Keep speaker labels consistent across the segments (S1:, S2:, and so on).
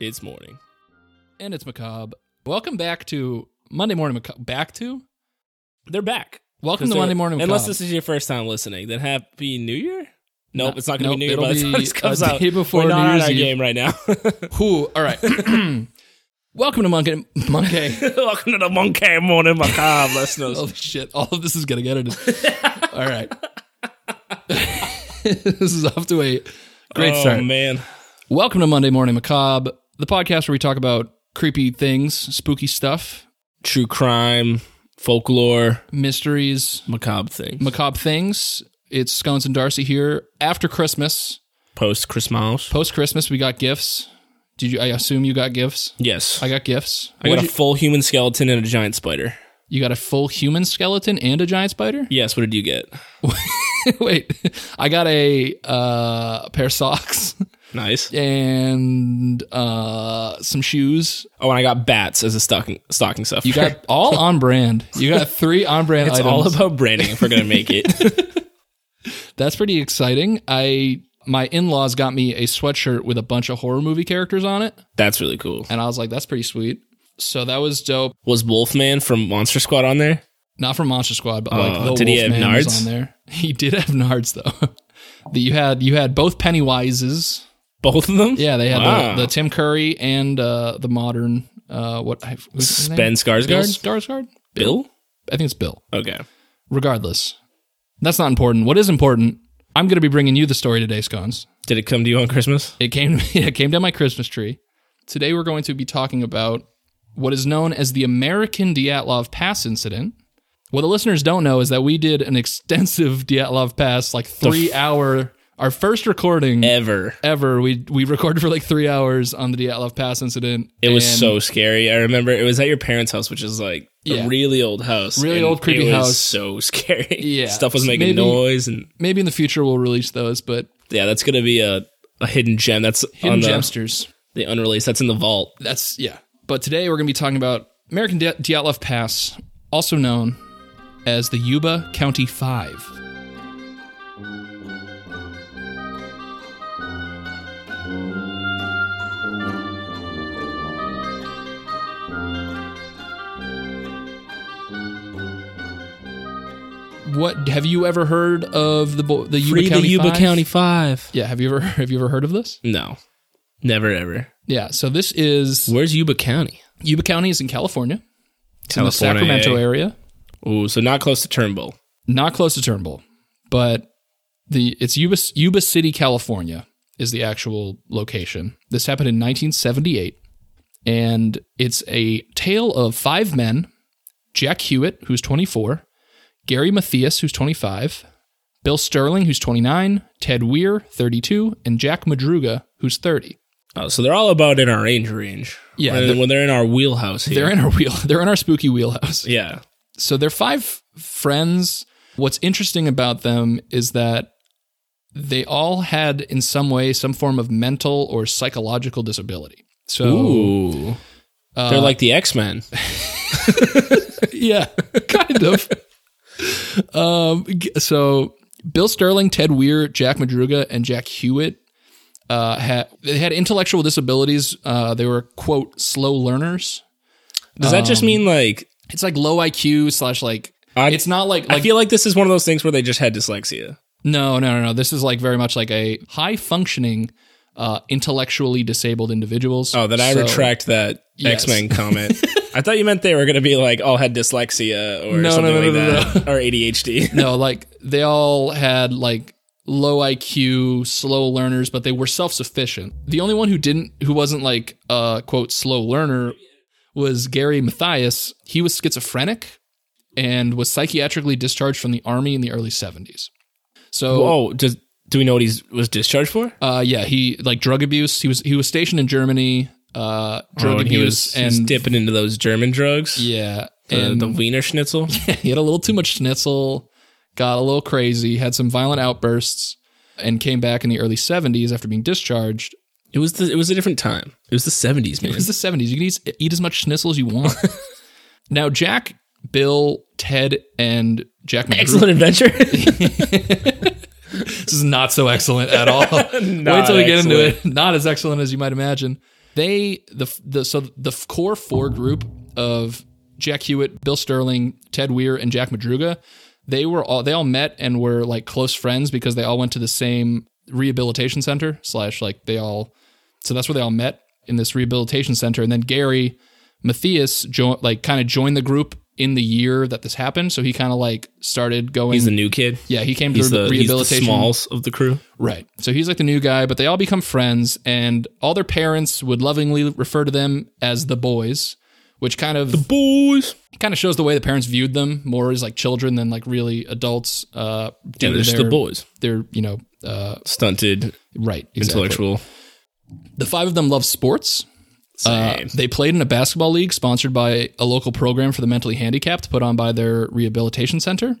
S1: It's morning. And it's macabre. Welcome back to Monday Morning Macabre. Back to?
S2: They're back.
S1: Welcome to Monday Morning Macabre.
S2: Unless this is your first time listening, then Happy New Year. Nope,
S1: No-
S2: it's not going to
S1: nope,
S2: be New Year
S1: it'll
S2: by the time
S1: be
S2: this comes
S1: a
S2: out.
S1: day before
S2: We're not
S1: New
S2: on
S1: Year's
S2: our
S1: Eve.
S2: game right now.
S1: Who? All right. Welcome to Monkey. Monkey.
S2: Welcome to the Monkey Morning Macabre listeners.
S1: Holy shit. All of this is going to get edited. All right. this is off to a great
S2: oh,
S1: start.
S2: man.
S1: Welcome to Monday Morning Macabre, the podcast where we talk about creepy things, spooky stuff,
S2: True crime, folklore,
S1: mysteries,
S2: macabre thing.
S1: macabre things. It's Scones and Darcy here after Christmas.
S2: Post Christmas.
S1: Post Christmas, we got gifts. Did you? I assume you got gifts.
S2: Yes.
S1: I got gifts.
S2: I
S1: What'd
S2: got a
S1: you,
S2: full human skeleton and a giant spider.
S1: you got a full human skeleton and a giant spider.
S2: Yes, what did you get?
S1: Wait, I got a uh, pair of socks
S2: Nice.
S1: and uh, some shoes.
S2: Oh, and I got bats as a stocking stocking stuff.
S1: You got all on brand. You got three on brand
S2: it's
S1: items.
S2: all about branding if we're gonna make it.
S1: That's pretty exciting. I my in laws got me a sweatshirt with a bunch of horror movie characters on it,
S2: That's really cool.
S1: and I was like, that's pretty sweet. So that was dope.
S2: Was Wolfman from Monster Squad on there?
S1: Not from Monster Squad, but like
S2: Oh,
S1: the
S2: did he have
S1: Wolfman was
S2: nards?
S1: on there. He did have nards though. that you had you had both Pennywises.
S2: Both of them?
S1: Yeah, they had
S2: Wow.
S1: the, the Tim Curry and uh, the modern uh, what I who's his name?
S2: Ben
S1: Bill
S2: Skarsgård?
S1: Skarsgård.
S2: Bill?
S1: I think it's Bill.
S2: Okay.
S1: Regardless, that's not important. What is important? I'm going to be bringing you the story today, scones.
S2: Did it come to you on Christmas?
S1: It came it came down my Christmas tree. Today we're going to be talking about what is known as the American Dyatlov Pass incident. What the listeners don't know is that we did an extensive Dyatlov Pass, like three hour, our first recording
S2: Ever.
S1: ever. We we recorded for like three hours on the Dyatlov Pass incident.
S2: It was
S1: and
S2: so scary. I remember it was at your parents' house, which is like
S1: Yeah.
S2: a really old house.
S1: Really
S2: and
S1: old, creepy
S2: it was
S1: house.
S2: So scary.
S1: Yeah.
S2: Stuff was making
S1: Maybe-
S2: noise and
S1: maybe in the future we'll release those, but
S2: yeah, that's gonna be a, a hidden gem. That's on
S1: hidden
S2: the,
S1: gemsters.
S2: the unreleased. That's in the vault.
S1: That's yeah. But today we're going to be talking about American Dy- Dyatlov Pass, also known as the Yuba County Five. What have you ever heard of the bo- the Yuba County Five?
S2: Five.
S1: Yeah, have you ever have you ever heard of this?
S2: No. Never ever.
S1: Yeah, so this is
S2: Where's Yuba County?
S1: Yuba County is in California. It's in the
S2: California,
S1: Sacramento
S2: eh?
S1: area.
S2: Ooh, so not close to Turnbull.
S1: Not close to Turnbull, but the it's Yuba Yuba City, California is the actual location. This happened in 1978 and it's a tale of five men, Jack Hewitt who's 24, Gary Mathias who's 25, Bill Sterling who's 29, Ted Weir 32 and Jack Madruga who's 30.
S2: Oh, so they're all about in our range range.
S1: Yeah,
S2: And
S1: they're-
S2: when they're in our wheelhouse here.
S1: They're in our wheel they're in our spooky wheelhouse.
S2: yeah.
S1: so they're five friends. What's interesting about them is that they all had, in some way, some form of mental or psychological disability. So,
S2: Ooh.
S1: Uh,
S2: They're like the X Men.
S1: yeah, kind of. um, g- so, Bill Sterling, Ted Weir, Jack Madruga, and Jack Hewitt uh, had they had intellectual disabilities. Uh, they were quote slow learners.
S2: Does that
S1: um,
S2: just mean like?
S1: It's like low IQ slash like.
S2: I-
S1: it's not like
S2: I feel like this is one of those things where they just had dyslexia.
S1: No, no, no, no. This is like very much like a high functioning, uh, intellectually disabled individuals.
S2: Oh, then I
S1: So-
S2: retract that
S1: Yes.
S2: X Men comment. I thought you meant they were going to be like all had dyslexia or
S1: No,
S2: something
S1: no, no,
S2: like
S1: no,
S2: that, or ADHD.
S1: No, like they all had like low IQ, slow learners, but they were self sufficient. The only one who didn't, who wasn't like uh, quote slow learner, was Gary Mathias. He was schizophrenic and was psychiatrically discharged from the army in the early seventies. So
S2: oh, does, do we know what he was discharged for?
S1: Uh, yeah, he like drug abuse. He was he was stationed in Germany. Uh, drug
S2: Oh, and
S1: abuse
S2: he was, he
S1: and
S2: was dipping into those German drugs. Uh,
S1: yeah,
S2: the,
S1: and
S2: the Wiener Schnitzel.
S1: he had a little too much schnitzel, got a little crazy, had some violent outbursts, and came back in the early '70s after being discharged.
S2: It was the, it was a different time. It was the seventies, man.
S1: It's the '70s. You can eat, eat as much schnitzel as you want. now, Jack, Bill, Ted, and Jack. McGrew-
S2: Excellent adventure.
S1: This is not so excellent at all. Wait till we get into it. Not as excellent as you might imagine. They the the so the core four group of Jack Hewitt, Bill Sterling, Ted Weir, and Jack Madruga, they were all they all met and were like close friends because they all went to the same rehabilitation center slash like they all so that's where they all met in this rehabilitation center and then Gary Matthias jo- like kind of joined the group in the year that this happened so he kind of like started going
S2: He's the new kid.
S1: yeah he came to
S2: He's
S1: the,
S2: the, he's the
S1: rehabilitation
S2: smalls of the crew.
S1: Right. So he's like the new guy, but they all become friends, and all their parents would lovingly refer to them as the boys, which kind of
S2: Boys.
S1: kind of shows the way the parents viewed them more as like children than like really adults. Uh,
S2: Yeah,
S1: due to
S2: they're just
S1: their,
S2: the boys.
S1: They're you know uh,
S2: Stunted,
S1: right exactly.
S2: intellectual.
S1: The five of them love sports. Uh,
S2: Same.
S1: they played in a basketball league sponsored by a local program for the mentally handicapped put on by their rehabilitation center.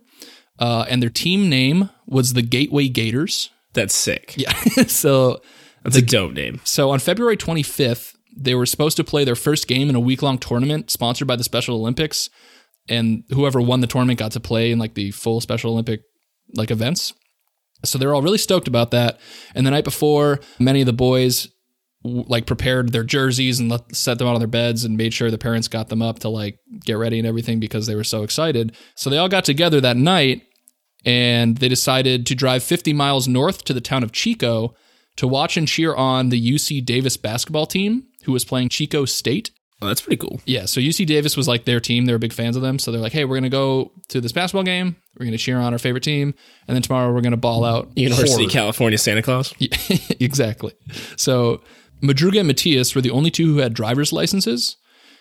S1: Uh, and their team name was the Gateway Gators.
S2: That's sick.
S1: Yeah. so
S2: That's a dope name.
S1: So on February 25th, they were supposed to play their first game in a week long tournament sponsored by the Special Olympics. And whoever won the tournament got to play in like the full Special Olympic like events. So they're all really stoked about that. And the night before, many of the boys w- like prepared their jerseys and let, set them out on their beds and made sure the parents got them up to like get ready and everything because they were so excited. So they all got together that night and they decided to drive 50 miles north to the town of Chico to watch and cheer on the UC Davis basketball team who was playing Chico State.
S2: Oh, that's pretty cool.
S1: Yeah, so UC Davis was like their team. They were big fans of them. So they're like, hey, we're going to go to this basketball game. We're going to cheer on our favorite team. And then tomorrow we're going to ball out.
S2: University
S1: hard."
S2: of California, Santa Claus.
S1: exactly. So Madruga and Matias were the only two who had driver's licenses.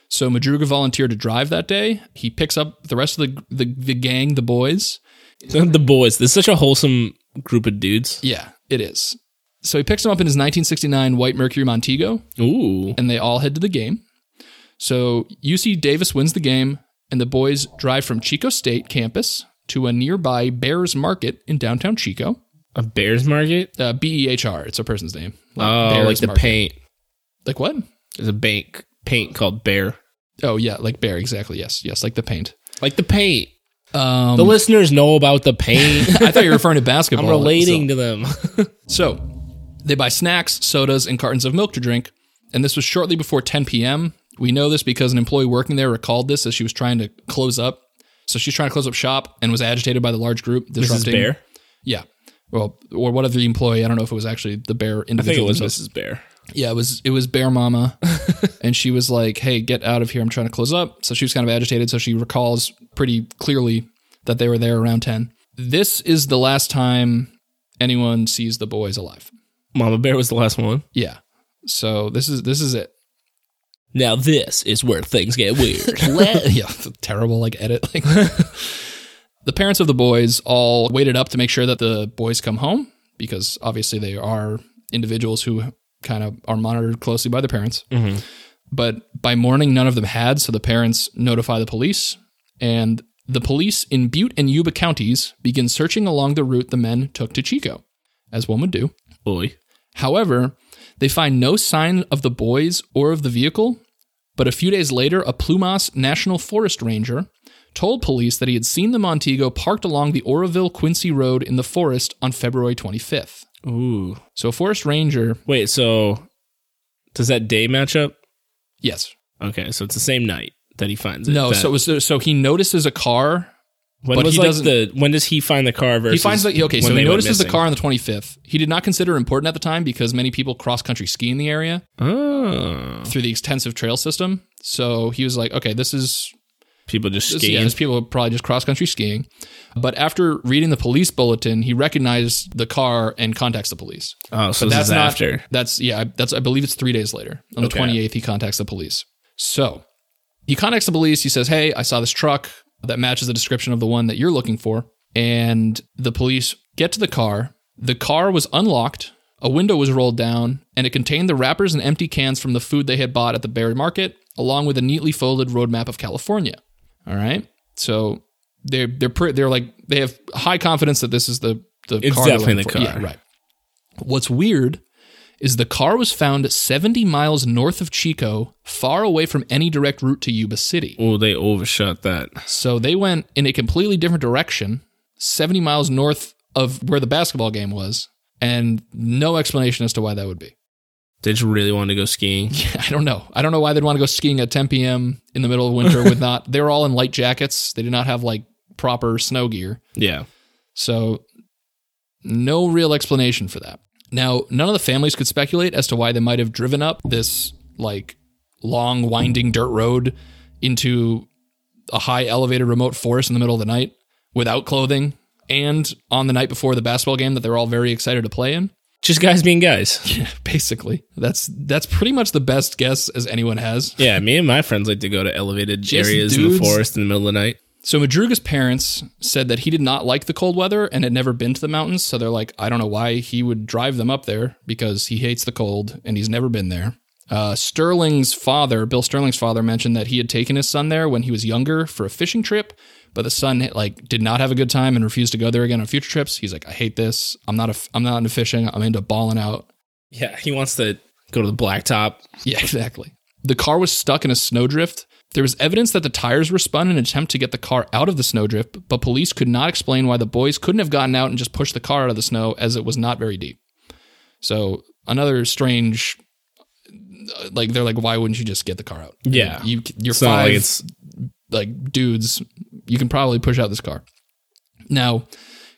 S1: So Madruga volunteered to drive that day. He picks up the rest of the the, the gang, the boys.
S2: the boys. There's such a wholesome group of dudes.
S1: Yeah, it is. So he picks them up in his 1969 white Mercury Montego,
S2: Ooh.
S1: and they all head to the game. So UC Davis wins the game, and the boys drive from Chico State campus to a nearby Bears Market in downtown Chico.
S2: A bear's market?
S1: Uh, B E H R. It's a person's name.
S2: oh,
S1: Bears
S2: like the
S1: market.
S2: paint.
S1: Like what?
S2: There's a bank paint called Bear.
S1: Oh yeah, like bear. Exactly. Yes. Yes. Like the paint.
S2: Like the paint.
S1: Um,
S2: The listeners know about the paint. Oh,
S1: I thought you were referring to basketball.
S2: I'm relating to them.
S1: So, they buy snacks, sodas, and cartons of milk to drink. And this was shortly before 10 p.m. We know this because an employee working there recalled this as she was trying to close up. So she's trying to close up shop and was agitated by the large group
S2: Mrs.
S1: disrupting.
S2: Bear.
S1: Yeah. Well, or whatever the employee. I don't know if it was actually the bear individual.
S2: I think it was
S1: themselves.
S2: Mrs. Bear.
S1: Yeah, it was it was Bear Mama, and she was like, "Hey, get out of here! I'm trying to close up." So she was kind of agitated. So she recalls pretty clearly that they were there around ten. This is the last time anyone sees the boys alive.
S2: Mama Bear was the last one.
S1: Yeah. So this is this is it.
S2: Now this is where things get weird.
S1: yeah, it's a terrible like edit. Like the parents of the boys all waited up to make sure that the boys come home because obviously they are individuals who kind of are monitored closely by their parents. But by morning, none of them had, so the parents notify the police, and the police in Butte and Yuba counties begin searching along the route the men took to Chico, as one would do.
S2: Boy.
S1: However, they find no sign of the boys or of the vehicle. But a few days later, a Plumas National Forest Ranger told police that he had seen the Montego parked along the Oroville Quincy Road in the forest on February 25th.
S2: Ooh.
S1: So, a forest ranger,
S2: Wait, so does that day match up?
S1: yes.
S2: Okay, so it's the same night that he finds it.
S1: No,
S2: That-
S1: so it was, so he notices a car.
S2: when
S1: but
S2: was
S1: he
S2: like
S1: doesn't-
S2: the when does he find the car
S1: He
S2: versus
S1: finds the okay, so
S2: when
S1: he
S2: they went
S1: notices the
S2: missing?
S1: car on the 25th. He did not consider it important at the time because many people cross country ski in the area
S2: Oh.
S1: through the extensive trail system. So he was like, okay, this is
S2: People just
S1: This- Yeah,
S2: skiing.
S1: these people are probably just cross country skiing. But after reading the police bulletin, he recognized the car and contacts the police.
S2: oh, so
S1: But
S2: this
S1: that's
S2: is
S1: not
S2: after.
S1: That's yeah. That's I believe it's three days later on the
S2: Okay.
S1: twenty eighth. He contacts the police. So he contacts the police. He says, "Hey, I saw this truck that matches the description of the one that you're looking for." And the police get to the car. The car was unlocked. A window was rolled down, and it contained the wrappers and empty cans from the food they had bought at the Bear Market, along with a neatly folded roadmap of California. All right, so they're they're pre- they're like they have high confidence that this is the the
S2: It's
S1: car they're
S2: definitely
S1: looking
S2: the
S1: for.
S2: car.
S1: Yeah, right. What's weird is the car was found 70 miles north of Chico, far away from any direct route to Yuba City.
S2: Oh, they overshot that.
S1: So they went in a completely different direction, 70 miles north of where the basketball game was, and no explanation as to why that would be.
S2: They just really wanted to go skiing.
S1: I don't know. I don't know why they'd want to go skiing at 10 p.m. in the middle of winter with not. They were all in light jackets. They did not have like proper snow gear.
S2: Yeah.
S1: So, no real explanation for that. Now, none of the families could speculate as to why they might have driven up this like long, winding dirt road into a high elevated remote forest in the middle of the night without clothing and on the night before the basketball game that they're all very excited to play in.
S2: Just guys being guys.
S1: Basically, that's that's pretty much the best guess as anyone has.
S2: Yeah, me and my friends like to go to elevated areas in the
S1: dudes.
S2: forest in the middle of the night.
S1: So Madruga's parents said that he did not like the cold weather and had never been to the mountains. So they're like, I don't know why he would drive them up there because he hates the cold and he's never been there. Uh, Sterling's father, Bill Sterling's father, mentioned that he had taken his son there when he was younger for a fishing trip, but the son like did not have a good time and refused to go there again on future trips. He's like, I hate this. I'm not a, I'm not into fishing. I'm into balling out.
S2: Yeah, he wants to go to the blacktop.
S1: Yeah, exactly. The car was stuck in a snowdrift. There was evidence that the tires were spun in an attempt to get the car out of the snowdrift, but police could not explain why the boys couldn't have gotten out and just pushed the car out of the snow as it was not very deep. So, another strange uh, like they're like why wouldn't you just get the car out?
S2: Yeah.
S1: You you're
S2: It's not
S1: five
S2: like it's
S1: like dudes, you can probably push out this car. Now,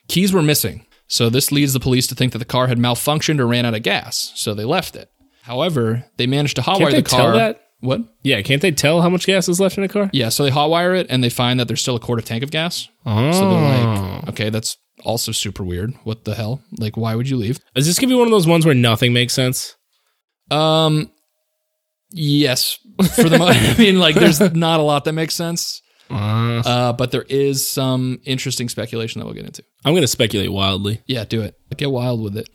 S1: keys were missing, so this leads the police to think that the car had malfunctioned or ran out of gas, so they left it. However, they managed to hotwire
S2: Can't they
S1: the car.
S2: tell that?
S1: What?
S2: yeah. Can't they tell how much gas is left in a car?
S1: Yeah, so they hotwire it and they find that there's still a quarter tank of gas. Oh. So they're like, okay, that's also super weird. What the hell? Like, why would you leave?
S2: Is this gonna be one of those ones where nothing makes sense?
S1: Um, yes, for the most. I mean, like, there's not a lot that makes sense. Uh, but there is some interesting speculation that we'll get into.
S2: I'm gonna speculate wildly.
S1: Yeah, do it. Get wild with it.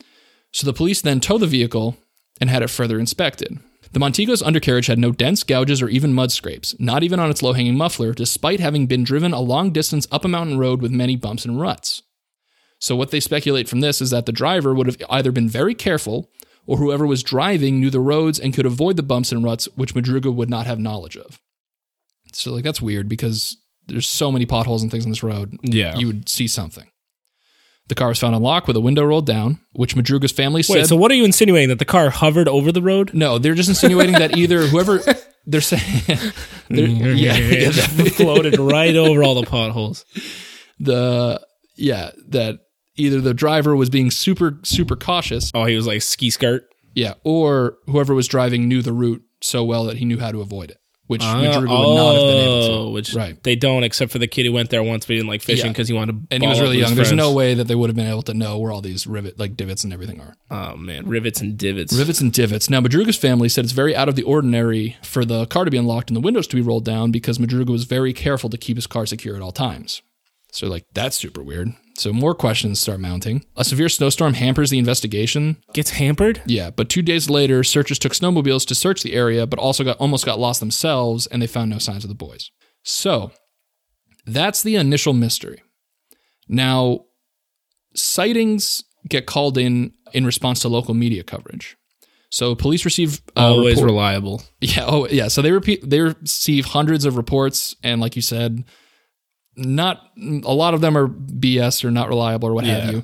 S1: So the police then towed the vehicle and had it further inspected. The Montego's undercarriage had no dents, gouges, or even mud scrapes, not even on its low hanging muffler, despite having been driven a long distance up a mountain road with many bumps and ruts. So, what they speculate from this is that the driver would have either been very careful, or whoever was driving knew the roads and could avoid the bumps and ruts, which Madruga would not have knowledge of. So, like, that's weird because there's so many potholes and things on this road.
S2: Yeah.
S1: You would see something. The car was found unlocked with a window rolled down, which Madruga's family
S2: Wait,
S1: said.
S2: so what are you insinuating that the car hovered over the road?
S1: no, they're just insinuating that either whoever they're saying, they're-
S2: Mm-hmm.
S1: yeah, yeah, that-
S2: floated right over all the potholes.
S1: the yeah, that either the driver was being super super cautious,
S2: Oh, he was like ski skirt.
S1: yeah, or whoever was driving knew the route so well that he knew how to avoid it, which
S2: Uh,
S1: Madruga would not have been able to.
S2: oh, which
S1: Right.
S2: they don't, except for the kid who went there once, but he didn't like fishing
S1: Yeah.
S2: because he wanted to.
S1: And he was
S2: ball
S1: really
S2: up
S1: young.
S2: with his
S1: There's no
S2: friends.
S1: way that they would have been able to know where all these rivet like divots and everything are.
S2: Oh man, rivets and divots.
S1: Rivets and divots. Now, Madruga's family said it's very out of the ordinary for the car to be unlocked and the windows to be rolled down because Madruga was very careful to keep his car secure at all times. So, like, that's super weird. So, more questions start mounting. A severe snowstorm hampers the investigation.
S2: Gets hampered.
S1: Yeah, but two days later, searchers took snowmobiles to search the area, but also got almost got lost themselves, and they found no signs of the boys. So, that's the initial mystery. Now, sightings get called in in response to local media coverage. So police receive uh,
S2: Always
S1: report-
S2: reliable.
S1: yeah oh yeah so they repeat they receive hundreds of reports and like you said, not a lot of them are BS or not reliable or what
S2: Yeah.
S1: have you.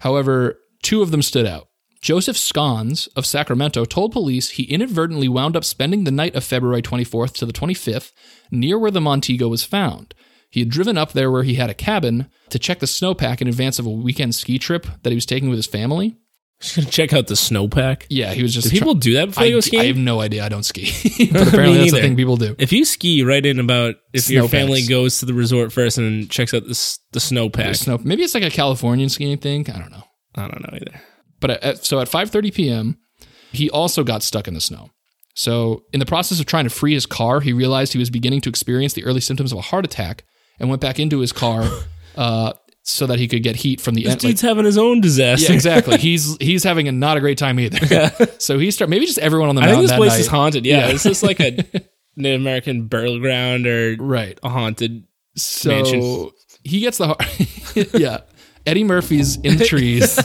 S1: However, two of them stood out. Joseph Scons of Sacramento told police he inadvertently wound up spending the night of February 24th to the 25th near where the Montego was found. He had driven up there where he had a cabin to check the snowpack in advance of a weekend ski trip that he was taking with his family.
S2: Just gonna check out the snowpack.
S1: Yeah, he was just
S2: Do people do that before
S1: I,
S2: they go
S1: I have
S2: skiing?
S1: no idea. I don't ski, but apparently that's the
S2: neither.
S1: thing people do.
S2: if you ski right in about if your
S1: Snowpacks.
S2: family goes to the resort first and checks out the s- the snowpack.
S1: Snow, maybe it's like a Californian skiing thing. I don't know.
S2: I don't know either.
S1: But at- at, so at 5:30 p.m., he also got stuck in the snow. So in the process of trying to free his car, he realized he was beginning to experience the early symptoms of a heart attack and went back into his car uh, so that he could get heat from the end. like-
S2: Dude's having his own disaster.
S1: yeah, exactly. He's he's having a not a great time either. So he start maybe just everyone on the
S2: I
S1: mountain
S2: think this
S1: that
S2: place
S1: night-
S2: is haunted. Yeah, it's just like a Native American burial ground or
S1: right.
S2: a haunted.
S1: So
S2: mansion.
S1: he gets the heart. yeah. Eddie Murphy's in the trees.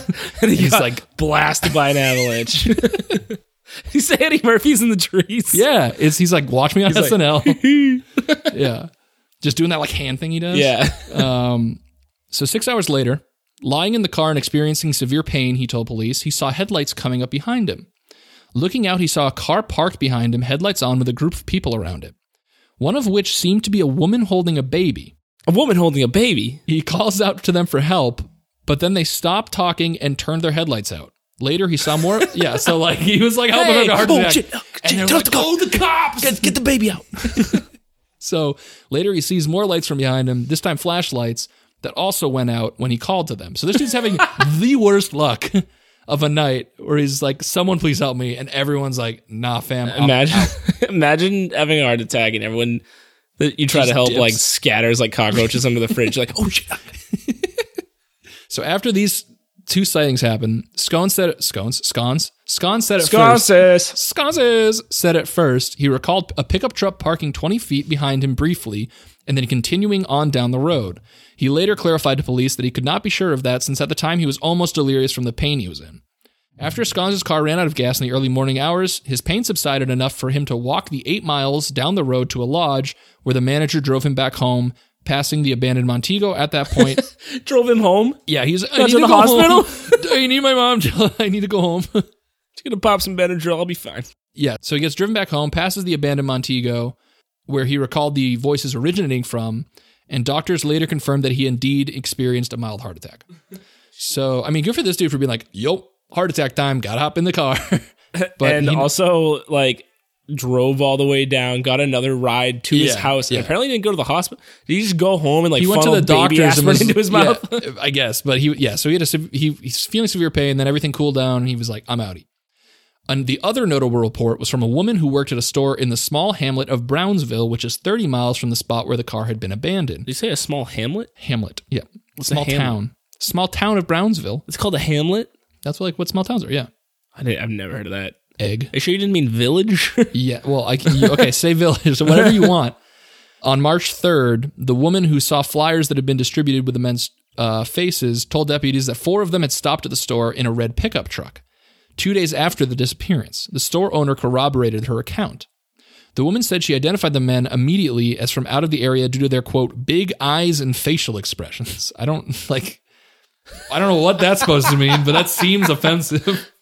S1: and he's
S2: got
S1: like,
S2: blasted by an avalanche. you say Eddie Murphy's in the trees.
S1: yeah, it's he's like, watch me on
S2: like-
S1: SNL. yeah. Just doing that like hand thing he does.
S2: yeah.
S1: So six hours later, lying in the car and experiencing severe pain, he told police, he saw headlights coming up behind him. Looking out, he saw a car parked behind him, headlights on, with a group of people around it, one of which seemed to be a woman holding a baby.
S2: A woman holding a baby.
S1: He calls out to them for help, but then they stopped talking and turned their headlights out. Later, he saw more. yeah, so like he was like helping her to hard
S2: oh,
S1: back.
S2: shit, oh, shit,
S1: and they're
S2: turn
S1: like,
S2: the car.
S1: "Oh, the cops!"
S2: Get, get the baby out.
S1: So later, he sees more lights from behind him. This time, flashlights that also went out when he called to them. So this dude's having the worst luck of a night, where he's like, "Someone please help me," and everyone's like, "Nah, fam." I'm
S2: Imagine, imagine having a heart attack and everyone that you try
S1: Just
S2: to help
S1: dips.
S2: like scatters like cockroaches under the fridge. Like, oh shit.
S1: So after these two sightings happen, Scones said it, Scones, Scones, Scones said it first.
S2: Sconces.
S1: Sconces said it first. He recalled a pickup truck parking 20 feet behind him briefly and then continuing on down the road. He later clarified to police that he could not be sure of that since at the time he was almost delirious from the pain he was in. After Sconces' car ran out of gas in the early morning hours, his pain subsided enough for him to walk the eight miles down the road to a lodge where the manager drove him back home, passing the abandoned Montego at that point.
S2: Drove him home.
S1: Yeah, he's I
S2: Not
S1: need
S2: to
S1: to
S2: the
S1: go home. I need my mom. to- I need to go home.
S2: Just gonna pop some Benadryl. I'll be fine.
S1: yeah, so he gets driven back home, passes the abandoned Montego, where he recalled the voices originating from, and doctors later confirmed that he indeed experienced a mild heart attack. So, I mean, good for this dude for being like, "Yo, heart attack time! Gotta hop in the car." But
S2: and
S1: he-
S2: also like drove all the way down, got another ride to his
S1: Yeah,
S2: house, and
S1: yeah.
S2: apparently didn't go to the hospital. Did he just go home and like
S1: he went to
S2: funnel
S1: the
S2: baby
S1: doctors
S2: aspirin
S1: and was,
S2: into his
S1: yeah,
S2: mouth?
S1: I guess, but he yeah, so he had a sev- he he's feeling severe pain, then everything cooled down, and he was like, "I'm outie." And the other notable report was from a woman who worked at a store in the small hamlet of Brownsville, which is 30 miles from the spot where the car had been abandoned.
S2: Did you say a small hamlet?
S1: Hamlet, yeah,
S2: a
S1: small
S2: hamlet?
S1: town, small town of Brownsville.
S2: It's called a hamlet.
S1: That's like what small towns are. Yeah,
S2: I didn't, I've never heard of that.
S1: egg.
S2: Are you sure you didn't mean village?
S1: Yeah, well, I can, you- okay, say village, so whatever you want. On March 3rd, the woman who saw flyers that had been distributed with the men's uh, faces told deputies that four of them had stopped at the store in a red pickup truck. Two days after the disappearance, the store owner corroborated her account. The woman said she identified the men immediately as from out of the area due to their quote big eyes and facial expressions. I don't like I don't know what that's supposed to mean, but that seems offensive.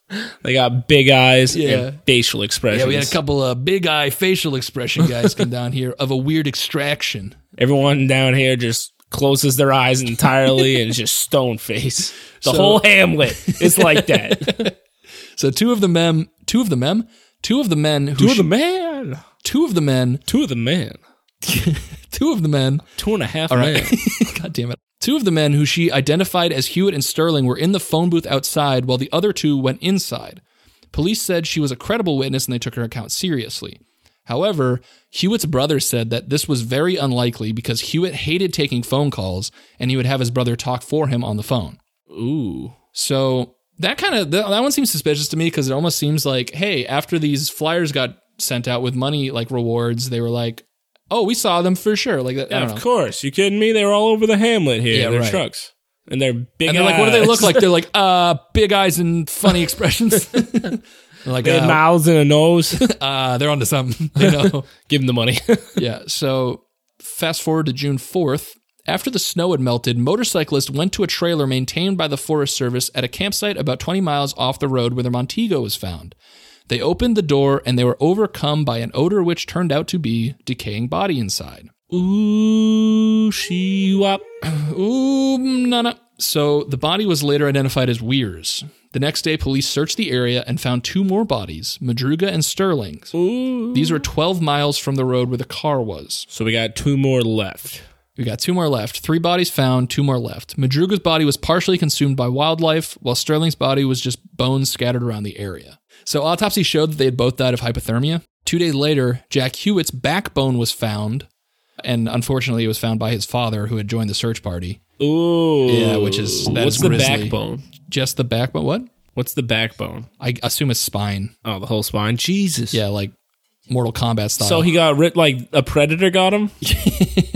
S2: they got big eyes
S1: Yeah.
S2: and facial expressions.
S1: Yeah, we had a couple of big eye facial expression guys come down here of a weird extraction.
S2: Everyone down here just closes their eyes entirely and is just stone face. The
S1: So-
S2: whole hamlet is like that.
S1: So two of the men, two of the men, two of the men, who
S2: two of
S1: sh-
S2: the man.
S1: two of the men,
S2: Two of the man.
S1: two of the men.
S2: Two and a half
S1: All
S2: man.
S1: right, god damn it. Two of the men who she identified as Hewitt and Sterling were in the phone booth outside, while the other two went inside. Police said she was a credible witness and they took her account seriously. However, Hewitt's brother said that this was very unlikely because Hewitt hated taking phone calls and he would have his brother talk for him on the phone.
S2: Ooh.
S1: So that kind of that, that one seems suspicious to me because it almost seems like, hey, after these flyers got sent out with money like rewards, they were like, oh, we saw them for sure. Like, that, I don't
S2: of
S1: know.
S2: course. You kidding me? They were all over the hamlet here.
S1: Yeah,
S2: in their
S1: right.
S2: trucks. And they're big.
S1: And they're like, what do they look
S2: eyes.
S1: like? They're like, uh, big eyes and funny expressions. They're like,
S2: They had
S1: uh,
S2: mouths and a nose.
S1: uh, they're onto something. You know.
S2: Give them the money.
S1: yeah. So fast forward to June 4th. After the snow had melted, motorcyclists went to a trailer maintained by the Forest Service at a campsite about 20 miles off the road where the Montego was found. They opened the door and they were overcome by an odor which turned out to be decaying body inside.
S2: Ooh, she wop.
S1: Ooh, no, no. So the body was later identified as Weir's. The next day, police searched the area and found two more bodies, Madruga and Sterling.
S2: Ooh.
S1: These were 12 miles from the road where the car was.
S2: So we got two more left.
S1: We got two more left. Three bodies found, two more left. Madruga's body was partially consumed by wildlife, while Sterling's body was just bones scattered around the area. So autopsy showed that they had both died of hypothermia. Two days later, Jack Hewitt's backbone was found, and unfortunately, it was found by his father, who had joined the search party.
S2: Ooh.
S1: Yeah, which is- that
S2: What's
S1: is
S2: the
S1: grisly.
S2: backbone?
S1: Just the backbone. What?
S2: What's the backbone?
S1: I assume it's spine.
S2: Oh, the whole spine. Jesus.
S1: Yeah, like Mortal Kombat style.
S2: So he got ripped like a predator got him?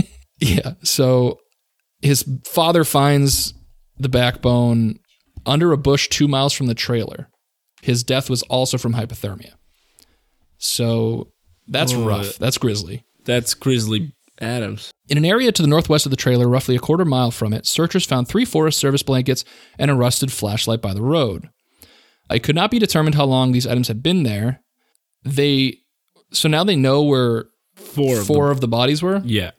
S1: Yeah. So his father finds the backbone under a bush two miles from the trailer. His death was also from hypothermia. So that's rough. That's grisly.
S2: That's Grizzly Adams.
S1: In an area to the northwest of the trailer, roughly a quarter mile from it, searchers found three Forest Service blankets and a rusted flashlight by the road. It could not be determined how long these items had been there. They so now they know where
S2: Four. of
S1: four of the bodies were.
S2: them. Yeah.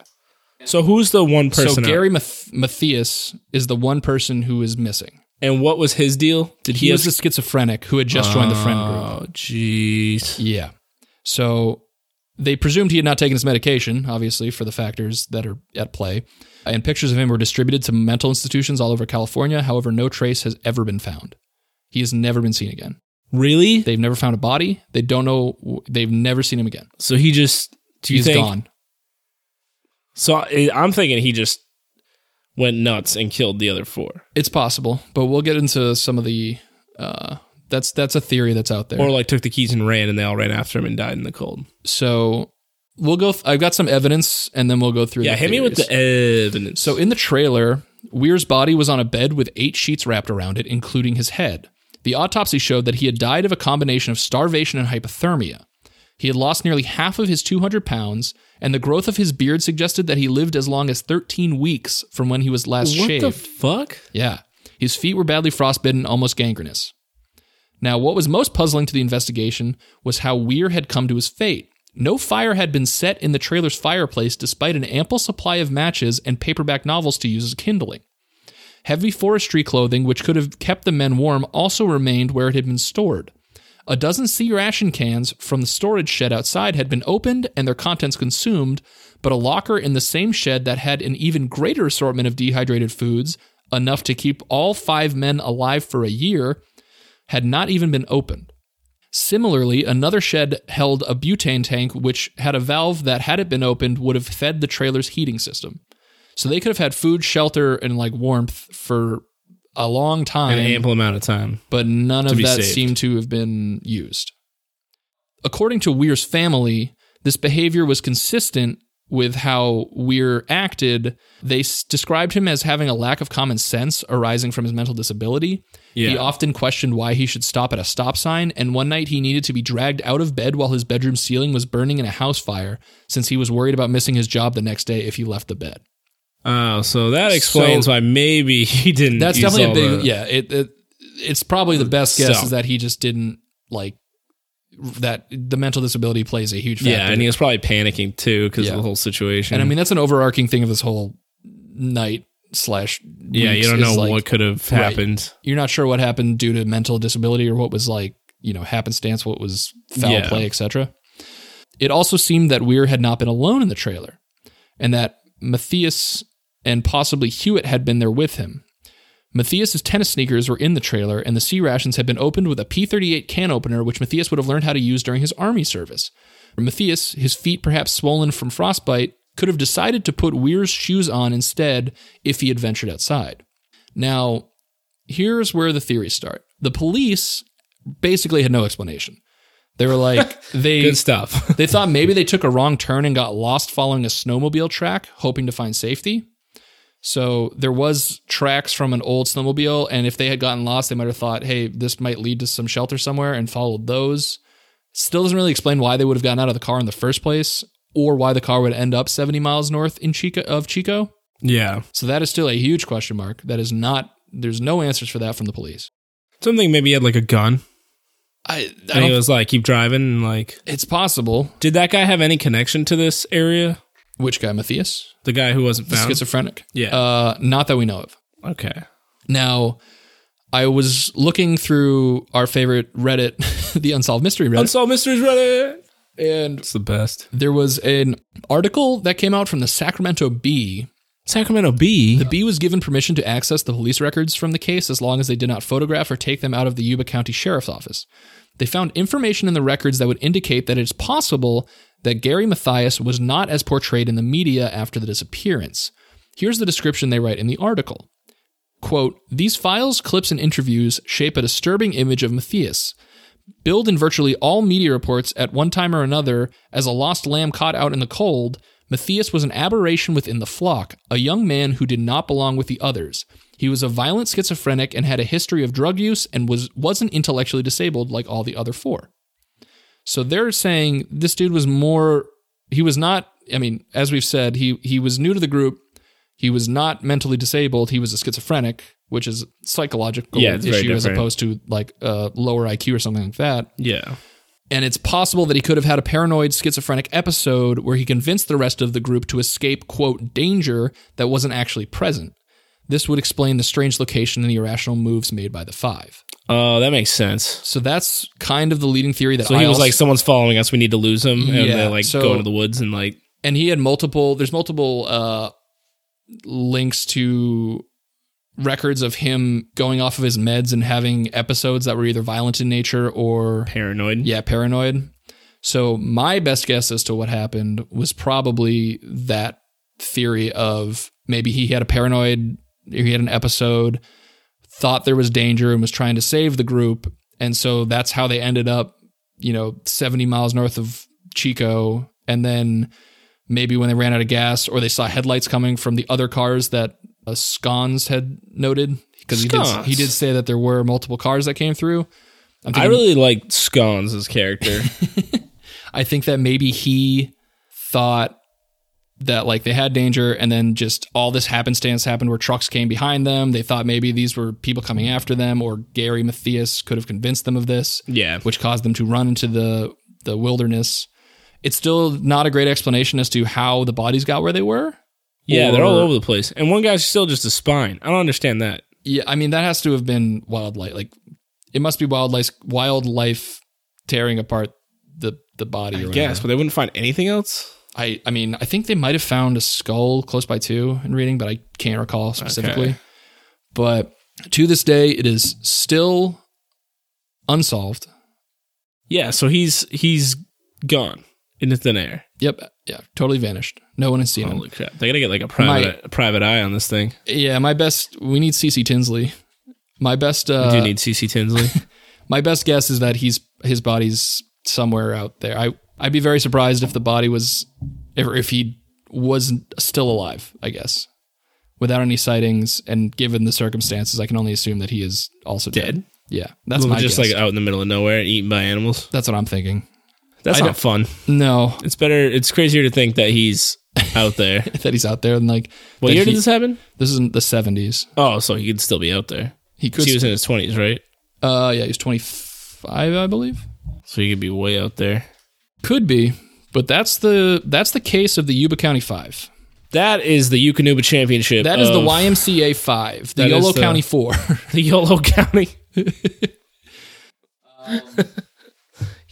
S2: So who's the one person?
S1: So
S2: out?
S1: Gary Math- Matthias is the one person who is missing.
S2: And what was his deal? Did
S1: He,
S2: he?
S1: was the schizophrenic who had just joined the friend group.
S2: Oh, jeez.
S1: Yeah. So they presumed he had not taken his medication, obviously, for the factors that are at play. And pictures of him were distributed to mental institutions all over California. However, no trace has ever been found. He has never been seen again.
S2: Really?
S1: They've never found a body. They don't know. They've never seen him again.
S2: So he just. Do you
S1: He's
S2: think?
S1: gone.
S2: So I- I'm thinking he just went nuts and killed the other four,
S1: It's possible, but we'll get into some of the. Uh, that's that's a theory that's out there.
S2: or like took the keys and ran, and they all ran after him and died in the cold.
S1: so we'll go. Th- I've got some evidence, and then we'll go through.
S2: Yeah,
S1: the
S2: hit me with
S1: theories.
S2: the evidence.
S1: So in the trailer, Weir's body was on a bed with eight sheets wrapped around it, including his head. The autopsy showed that he had died of a combination of starvation and hypothermia. He had lost nearly half of his 200 pounds, and the growth of his beard suggested that he lived as long as 13 weeks from when he was last
S2: what
S1: shaved.
S2: the fuck?
S1: Yeah. His feet were badly frostbitten, almost gangrenous. Now, what was most puzzling to the investigation was how Weir had come to his fate. No fire had been set in the trailer's fireplace despite an ample supply of matches and paperback novels to use as kindling. Heavy forestry clothing, which could have kept the men warm, also remained where it had been stored. A dozen sea ration cans from the storage shed outside had been opened and their contents consumed, but a locker in the same shed that had an even greater assortment of dehydrated foods, enough to keep all five men alive for a year, had not even been opened. Similarly, another shed held a butane tank which had a valve that, had it been opened, would have fed the trailer's heating system. So they could have had food, shelter, and like warmth for a long time
S2: An ample amount of time.
S1: but none of
S2: be
S1: that
S2: saved.
S1: seemed to have been used. According to Weir's family, this behavior was consistent with how Weir acted. They s- described him as having a lack of common sense arising from his mental disability. He
S2: Yeah.
S1: often questioned why he should stop at a stop sign, and one night he needed to be dragged out of bed while his bedroom ceiling was burning in a house fire since he was worried about missing his job the next day if he left the bed.
S2: Oh, so that explains why maybe he didn't.
S1: That's
S2: use
S1: definitely a
S2: all
S1: big
S2: the-
S1: yeah. It, it it's probably the best guess
S2: So-
S1: is that he just didn't like that the mental disability plays a huge factor.
S2: Yeah, and he was probably panicking too because
S1: Yeah.
S2: of the whole situation.
S1: And I mean that's an overarching thing of this whole night slash
S2: yeah,
S1: weeks
S2: you don't
S1: is,
S2: know
S1: like,
S2: what could have
S1: Right.
S2: happened.
S1: you're not sure what happened due to mental disability or what was like you know happenstance, what was foul
S2: Yeah.
S1: play, etc. It also seemed that Weir had not been alone in the trailer, and that Matthias and possibly Hewitt had been there with him. Matthias's tennis sneakers were in the trailer, and the sea rations had been opened with a P-38 can opener, which Matthias would have learned how to use during his army service. Matthias, his feet perhaps swollen from frostbite, could have decided to put Weir's shoes on instead if he had ventured outside. Now, here's where the theories start. The police basically had no explanation. They were like, they
S2: Good stuff.
S1: they thought maybe they took a wrong turn and got lost following a snowmobile track, hoping to find safety. So there was tracks from an old snowmobile, and if they had gotten lost, they might have thought, "Hey, this might lead to some shelter somewhere," and followed those. Still doesn't really explain why they would have gotten out of the car in the first place, or why the car would end up 70 miles north in Chico of Chico.
S2: yeah,
S1: So that is still a huge question mark. That is not. There's no answers for that from the police.
S2: something maybe he had like a gun,
S1: I, I
S2: and he
S1: don't,
S2: was like, "Keep driving." And like,
S1: it's possible.
S2: did that guy have any connection to this area?
S1: Which guy, Matthias?
S2: The guy who wasn't found.
S1: Schizophrenic.
S2: Yeah.
S1: Uh, not that we know of.
S2: okay.
S1: Now, I was looking through our favorite Reddit, the Unsolved Mystery Reddit,
S2: Unsolved mysteries, brother.
S1: and
S2: It's the best.
S1: there was an article that came out from the Sacramento Bee.
S2: Sacramento Bee.
S1: The Bee was given permission to access the police records from the case as long as they did not photograph or take them out of the Yuba County Sheriff's Office. They found information in the records that would indicate that it's possible that Gary Mathias was not as portrayed in the media after the disappearance. Here's the description they write in the article. Quote, these files, clips, and interviews shape a disturbing image of Matthias. Billed in virtually all media reports at one time or another as a lost lamb caught out in the cold, Matthias was an aberration within the flock, a young man who did not belong with the others. He was a violent schizophrenic and had a history of drug use and was, wasn't intellectually disabled like all the other four. So they're saying this dude was more, he was not, I mean, as we've said, he, he was new to the group. He was not mentally disabled. He was a schizophrenic, which is a psychological
S2: Yeah, it's very
S1: issue as
S2: different.
S1: opposed to like uh, lower IQ or something like that.
S2: Yeah.
S1: And it's possible that he could have had a paranoid schizophrenic episode where he convinced the rest of the group to escape, quote, danger that wasn't actually present. This would explain the strange location and the irrational moves made by the five.
S2: Oh, that makes sense.
S1: So that's kind of the leading theory that
S2: So
S1: I
S2: he was
S1: also-
S2: like, someone's following us. We need to lose him. And
S1: Yeah,
S2: they like
S1: so-
S2: go into the woods and like,
S1: and he had multiple there's multiple uh links to records of him going off of his meds and having episodes that were either violent in nature or
S2: paranoid.
S1: yeah paranoid so my best guess as to what happened was probably that theory of maybe he had a paranoid he had an episode thought there was danger and was trying to save the group and so that's how they ended up you know 70 miles north of chico and then maybe when they ran out of gas or they saw headlights coming from the other cars that uh, scones had noted because he did,
S2: Scones.
S1: he did say that there were multiple cars that came through I'm
S2: I really liked Scones' as character.
S1: I think that maybe he thought that like they had danger and then just all this happenstance happened where trucks came behind them. They thought maybe these were people coming after them or Gary Matthias could have convinced them of this,
S2: yeah.
S1: which caused them to run into the the wilderness. It's still not a great explanation as to how the bodies got where they were.
S2: Yeah, they're all
S1: Or-
S2: over the place. And one guy's still just a spine. I don't understand that.
S1: Yeah, I mean that has to have been wildlife. Like it must be wildlife wildlife tearing apart the the body. or
S2: I
S1: whatever.
S2: guess, but they wouldn't find anything else.
S1: I I mean, I think they might have found a skull close by too in reading, but I can't recall specifically.
S2: Okay.
S1: But to this day, it is still unsolved.
S2: Yeah, so he's he's gone into thin air.
S1: Yep, yeah, totally vanished. No one has seen him.
S2: Holy crap! They gotta get like a private a private eye on this thing.
S1: Yeah, my best. We need CC Tinsley. My best. Uh,
S2: Do you need CC Tinsley?
S1: my best guess is that he's his body's somewhere out there. I I'd be very surprised if the body was if, if he was still alive. I guess without any sightings and given the circumstances, I can only assume that he is also dead.
S2: Dead?
S1: Yeah, that's my
S2: just
S1: guess.
S2: like out in the middle of nowhere and eaten by animals.
S1: that's what I'm thinking.
S2: That's
S1: I
S2: not
S1: don't-
S2: fun.
S1: No,
S2: It's better. It's crazier to think that he's out there.
S1: that he's out there and like
S2: what
S1: that
S2: year
S1: he-
S2: did this happen?
S1: This is in the 70s.
S2: Oh, so he could still be out there.
S1: He
S2: 'Cause
S1: could.
S2: He was in his twenties, right?
S1: uh, yeah, he was 25, I believe.
S2: So he could be way out there.
S1: Could be, but that's the that's the case of the Yuba County Five.
S2: That is the Yukonuba Championship.
S1: That is the
S2: of
S1: YMCA Five, the
S2: That is
S1: Yolo
S2: the-
S1: County Four.
S2: the Yolo County.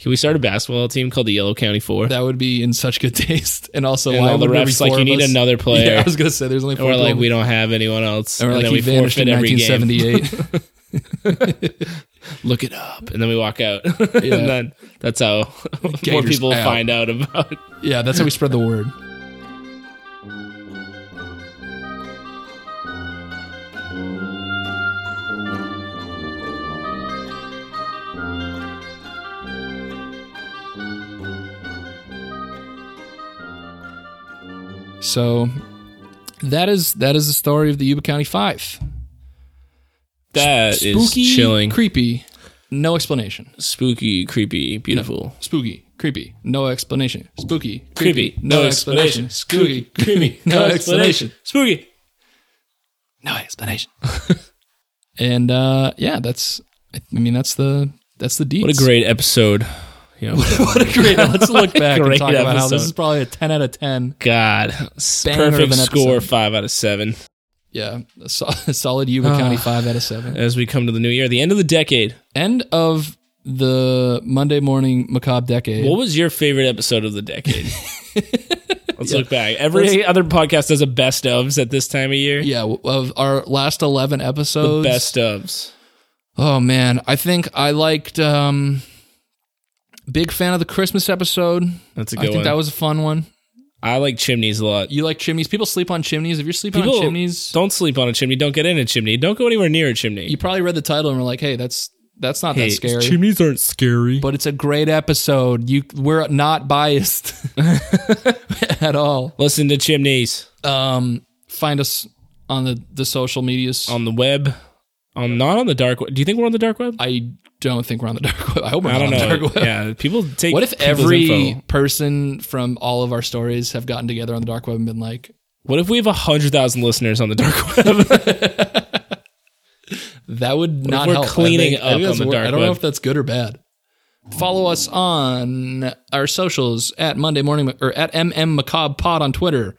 S2: Can we start a basketball team called the Yellow County Four?
S1: That would be in such good taste. And also,
S2: and
S1: why
S2: all the
S1: would there be
S2: refs like
S1: four
S2: you
S1: of
S2: need
S1: us?
S2: another player.
S1: Yeah, I was gonna say there's only
S2: and
S1: four.
S2: we're like,
S1: people.
S2: we don't have anyone else.
S1: and we're like,
S2: then
S1: he
S2: we
S1: vanished
S2: forfeit
S1: in
S2: every game.
S1: 1978.
S2: Look it up, and then we walk out. and then that's how more
S1: Gators
S2: people
S1: out.
S2: find out about.
S1: yeah, that's how we spread the word. So that is that is the story of the Yuba County Five.
S2: That is
S1: spooky,
S2: chilling,
S1: creepy, no explanation.
S2: spooky, creepy, beautiful.
S1: Spooky, creepy, no explanation. Spooky,
S2: Creepy, no explanation.
S1: Spooky, creepy, no explanation.
S2: Spooky.
S1: No explanation. and uh, yeah, that's. I mean, that's the that's the deeds.
S2: What a great episode. You know,
S1: what a great. Let's look back and
S2: great
S1: talk about how this
S2: episode.
S1: is probably a ten out of ten.
S2: God,
S1: Banger of
S2: perfect
S1: an
S2: score,
S1: episode.
S2: five out of seven.
S1: Yeah, a so- a solid
S2: Ah.
S1: Yuba County five out of seven.
S2: As we come to the new year, the end of the decade.
S1: End of the Monday morning macabre decade.
S2: What was your favorite episode of the decade? Let's look back. Every other podcast does a best ofs at this time of year.
S1: yeah, of our last eleven episodes.
S2: Best ofs.
S1: Oh man, I think I liked um big fan of the Christmas episode.
S2: That's a
S1: I
S2: good
S1: think
S2: one.
S1: that was a fun one.
S2: I like chimneys a lot.
S1: You like chimneys? People sleep on chimneys. If you're sleeping
S2: People
S1: on chimneys,
S2: Don't sleep on a chimney. Don't get in a chimney. Don't go anywhere near a chimney.
S1: you probably read the title and were like, "Hey, that's that's not that scary."
S2: Chimneys aren't scary.
S1: but it's a great episode. You we're not biased at all.
S2: Listen to chimneys
S1: Um find us on the the social medias.
S2: on the web. On not on the dark web. Do you think we're on the dark web?
S1: I don't think we're on the dark web. I hope we're
S2: I
S1: not
S2: don't
S1: on the
S2: know.
S1: dark web.
S2: Yeah, people take.
S1: What if
S2: people's
S1: every
S2: info.
S1: person from all of our stories have gotten together on the dark web and been like,
S2: What if we have 100,000 listeners on the dark web?
S1: That would not
S2: we're
S1: help. I
S2: cleaning
S1: think- I
S2: up
S1: think that's
S2: on the
S1: wor-
S2: dark
S1: I don't know
S2: web?
S1: if that's good or bad. Follow us on our socials at Monday Morning Ma- or at MM Macabre Pod on Twitter,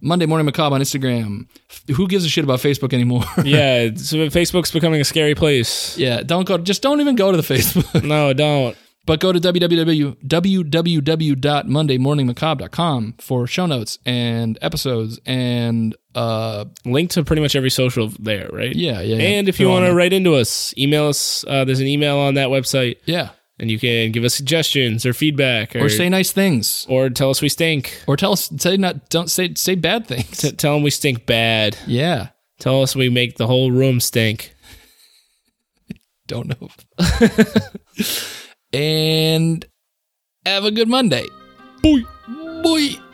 S1: Monday Morning Macabre on Instagram. F- Who gives a shit about Facebook anymore?
S2: yeah, so Facebook's becoming a scary place.
S1: yeah, don't go. Just don't even go to the Facebook,
S2: No, don't.
S1: but go to www www.mondaymorningmacabre.com for show notes and episodes and uh
S2: Link to pretty much every social there, right?
S1: yeah yeah. yeah.
S2: And if you
S1: They're
S2: want
S1: on
S2: to
S1: there.
S2: write into us, email us. Uh, there's an email on that website,
S1: yeah,
S2: and you can give us suggestions or feedback, or
S1: or say nice things,
S2: or tell us we stink.
S1: or tell us say not don't say say bad things.
S2: T- tell them we stink bad.
S1: Yeah.
S2: Tell us we make the whole room stink.
S1: Don't know. and have a good Monday. Boy. Boy.